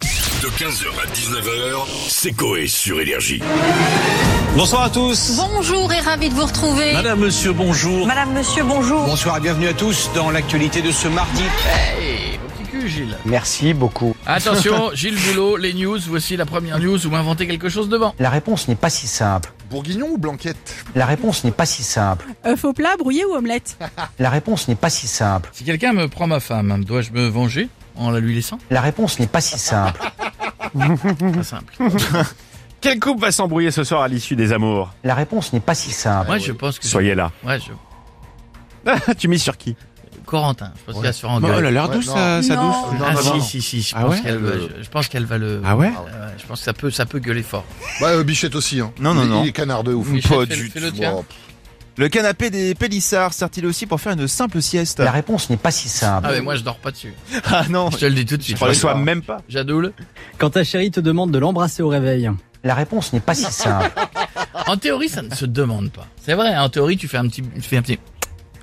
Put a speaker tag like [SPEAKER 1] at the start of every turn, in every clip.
[SPEAKER 1] De 15h à 19h, c'est Coé sur Énergie.
[SPEAKER 2] Bonsoir à tous.
[SPEAKER 3] Bonjour et ravi de vous retrouver.
[SPEAKER 2] Madame, monsieur, bonjour.
[SPEAKER 4] Madame, monsieur, bonjour.
[SPEAKER 5] Bonsoir et bienvenue à tous dans l'actualité de ce mardi. Merci beaucoup.
[SPEAKER 6] Attention, Gilles Boulot, les news, voici la première news où inventer quelque chose devant.
[SPEAKER 5] La réponse n'est pas si simple.
[SPEAKER 7] Bourguignon ou Blanquette
[SPEAKER 5] La réponse n'est pas si simple.
[SPEAKER 8] Euh, faux plat, brouillé ou omelette
[SPEAKER 5] La réponse n'est pas si simple.
[SPEAKER 6] Si quelqu'un me prend ma femme, hein, dois-je me venger en la lui laissant
[SPEAKER 5] La réponse n'est pas si simple.
[SPEAKER 6] Pas simple.
[SPEAKER 9] Quel couple va s'embrouiller ce soir à l'issue des amours
[SPEAKER 5] La réponse n'est pas si simple.
[SPEAKER 6] Moi, je pense que.
[SPEAKER 9] Soyez là.
[SPEAKER 6] Ouais, je.
[SPEAKER 9] tu mises sur qui
[SPEAKER 6] Corentin, je pense qu'il y a sur un
[SPEAKER 10] elle a Euh, l'air douce, sa, sa
[SPEAKER 8] Non.
[SPEAKER 10] douce.
[SPEAKER 6] Ah,
[SPEAKER 7] non, non.
[SPEAKER 6] si, si, si, je
[SPEAKER 10] Ah
[SPEAKER 6] pense
[SPEAKER 10] ouais
[SPEAKER 6] qu'elle va, je, je pense qu'elle va le.
[SPEAKER 10] Ah ouais
[SPEAKER 6] ouais, Je pense que ça peut, ça peut gueuler fort.
[SPEAKER 7] Bah, euh, Bichette aussi, hein.
[SPEAKER 10] Non, non,
[SPEAKER 7] Il-
[SPEAKER 10] non.
[SPEAKER 7] Il est canard de ouf.
[SPEAKER 6] Michel,
[SPEAKER 10] pas
[SPEAKER 6] fais-
[SPEAKER 10] du
[SPEAKER 6] fais le
[SPEAKER 7] Bon,
[SPEAKER 6] tien.
[SPEAKER 7] pff,
[SPEAKER 10] Le canapé des Pélissards sert-il aussi pour faire une simple sieste
[SPEAKER 5] La réponse n'est pas si
[SPEAKER 6] Ah,
[SPEAKER 5] simple.
[SPEAKER 6] mais moi, je dors pas dessus.
[SPEAKER 10] Ah non,
[SPEAKER 6] Je te le dis tout de suite.
[SPEAKER 9] Je ne sois même pas.
[SPEAKER 6] Jadoul.
[SPEAKER 11] Quand ta chérie te demande de l'embrasser au réveil.
[SPEAKER 5] La réponse n'est pas si simple.
[SPEAKER 6] En théorie, ça ne se demande pas. C'est vrai, hein, en théorie, tu fais un petit, tu fais un petit.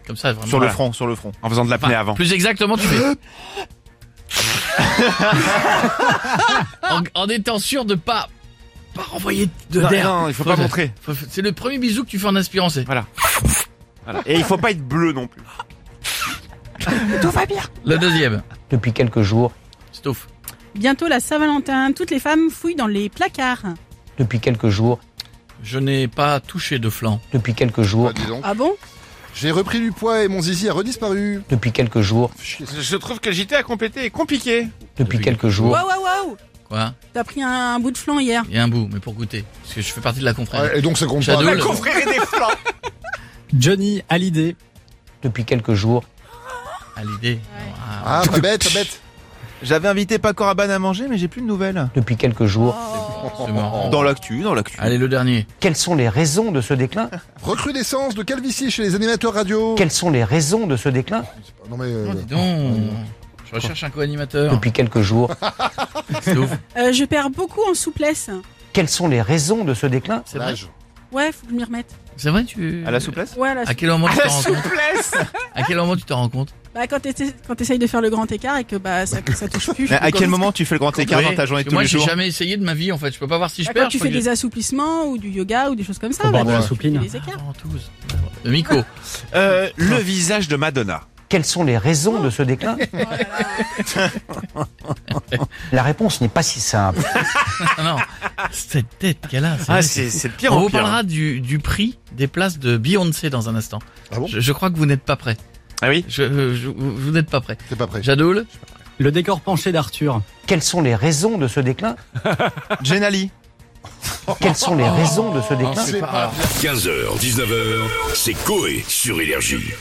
[SPEAKER 6] Comme ça, vraiment.
[SPEAKER 9] Sur le
[SPEAKER 6] Voilà.
[SPEAKER 9] front, sur le front. En faisant de l'apnée
[SPEAKER 6] Enfin,
[SPEAKER 9] avant.
[SPEAKER 6] Plus exactement, tu fais. en, en étant sûr de pas pas renvoyer de
[SPEAKER 9] Non,
[SPEAKER 6] l'air.
[SPEAKER 9] non, il faut pas montrer.
[SPEAKER 6] Faut- faut- C'est le premier bisou que tu fais en aspirant, c'est.
[SPEAKER 9] Voilà. Et il faut pas être bleu non plus.
[SPEAKER 6] Le deuxième.
[SPEAKER 5] Depuis quelques jours,
[SPEAKER 6] Stouff.
[SPEAKER 8] Bientôt la Saint-Valentin, toutes les femmes fouillent dans les placards.
[SPEAKER 5] depuis quelques jours,
[SPEAKER 6] Je n'ai pas touché de flanc.
[SPEAKER 5] depuis quelques
[SPEAKER 7] bah,
[SPEAKER 5] jours,
[SPEAKER 7] dis donc.
[SPEAKER 8] Ah bon
[SPEAKER 7] J'ai repris du poids et mon zizi a redisparu.
[SPEAKER 5] depuis quelques jours,
[SPEAKER 7] Fais chier, ça.
[SPEAKER 9] Je trouve que le JT à compléter est compliqué.
[SPEAKER 5] depuis quelques jours,
[SPEAKER 8] Waouh, waouh, waouh
[SPEAKER 6] Quoi
[SPEAKER 8] T'as pris un, un bout de flanc hier.
[SPEAKER 6] Il y a un bout, mais pour goûter. Parce que je fais partie de la confrérie.
[SPEAKER 7] Ouais, Ah, et donc, ça compte
[SPEAKER 6] Shadow,
[SPEAKER 7] pas.
[SPEAKER 6] le-
[SPEAKER 11] Johnny Hallyday.
[SPEAKER 5] depuis quelques jours,
[SPEAKER 6] À l'idée. Ah,
[SPEAKER 7] Ah, pas bête, pas bête.
[SPEAKER 10] j'avais invité Paco Rabanne à manger, mais j'ai plus de nouvelles.
[SPEAKER 5] depuis quelques jours.
[SPEAKER 6] c'est marrant.
[SPEAKER 10] Dans l'actu, dans l'actu.
[SPEAKER 6] Allez, le dernier.
[SPEAKER 5] Quelles sont les raisons de ce déclin
[SPEAKER 7] Recrudescence de calvitie chez les animateurs radio.
[SPEAKER 5] Quelles sont les raisons de ce déclin
[SPEAKER 7] Non, mais. euh,
[SPEAKER 6] Oh, dis donc. Je recherche un co-animateur.
[SPEAKER 5] Depuis quelques jours.
[SPEAKER 6] Stouff.
[SPEAKER 8] Euh, je perds beaucoup en souplesse.
[SPEAKER 5] Quelles sont les raisons de ce déclin
[SPEAKER 6] C'est vrai.
[SPEAKER 7] l'âge.
[SPEAKER 8] Ouais, faut que je m'y remette.
[SPEAKER 6] C'est vrai, tu.
[SPEAKER 10] À la souplesse
[SPEAKER 8] Ouais, là,
[SPEAKER 6] À quel moment tu t'en rends compte
[SPEAKER 9] souplesse
[SPEAKER 6] À quel moment tu t'en rends compte
[SPEAKER 8] bah, quand t'essayes quand t'essayes de faire le grand écart et que bah, ça, ça touche plus.
[SPEAKER 10] Mais à
[SPEAKER 8] faut
[SPEAKER 10] quel
[SPEAKER 8] commencer.
[SPEAKER 10] moment tu fais le grand écart
[SPEAKER 6] Oui,
[SPEAKER 10] dans ta
[SPEAKER 6] parce que
[SPEAKER 10] journée de tous
[SPEAKER 6] Moi,
[SPEAKER 10] les
[SPEAKER 6] j'ai
[SPEAKER 10] jours
[SPEAKER 6] jamais essayé de ma vie, en fait. Je peux pas voir si je
[SPEAKER 8] Bah,
[SPEAKER 6] perds.
[SPEAKER 8] Quand tu
[SPEAKER 6] je crois
[SPEAKER 8] fais
[SPEAKER 6] que
[SPEAKER 8] des assouplissements ou du yoga ou des choses comme ça,
[SPEAKER 11] Faut
[SPEAKER 8] bah,
[SPEAKER 11] boire de
[SPEAKER 8] tu
[SPEAKER 11] la
[SPEAKER 8] fais
[SPEAKER 11] soupline.
[SPEAKER 8] des écarts.
[SPEAKER 6] Ventouse. De Miko.
[SPEAKER 10] Euh,
[SPEAKER 9] Hein.
[SPEAKER 10] Le visage de Madonna.
[SPEAKER 5] Quelles sont les raisons de ce déclin
[SPEAKER 8] Oh là là.
[SPEAKER 5] La réponse n'est pas si simple.
[SPEAKER 6] Ah non, cette tête qu'elle a. c'est
[SPEAKER 9] Ah,
[SPEAKER 6] vrai, c'est fou.
[SPEAKER 10] Ah, c'est pire
[SPEAKER 6] On vous parlera du, du prix des places de Beyoncé dans un instant.
[SPEAKER 7] Ah bon
[SPEAKER 6] je, je crois que vous n'êtes pas prêts.
[SPEAKER 10] Ah oui
[SPEAKER 6] Je, euh, je- vous vous n'êtes pas prêts.
[SPEAKER 7] T'es pas prêt.
[SPEAKER 6] Jadoul,
[SPEAKER 11] Le décor penché d'Arthur.
[SPEAKER 5] Quelles sont les raisons de ce déclin
[SPEAKER 10] Jenali.
[SPEAKER 5] Quelles sont les raisons de ce déclin
[SPEAKER 7] C'est pas.
[SPEAKER 1] 15h, 19h, c'est Coé sur Énergie.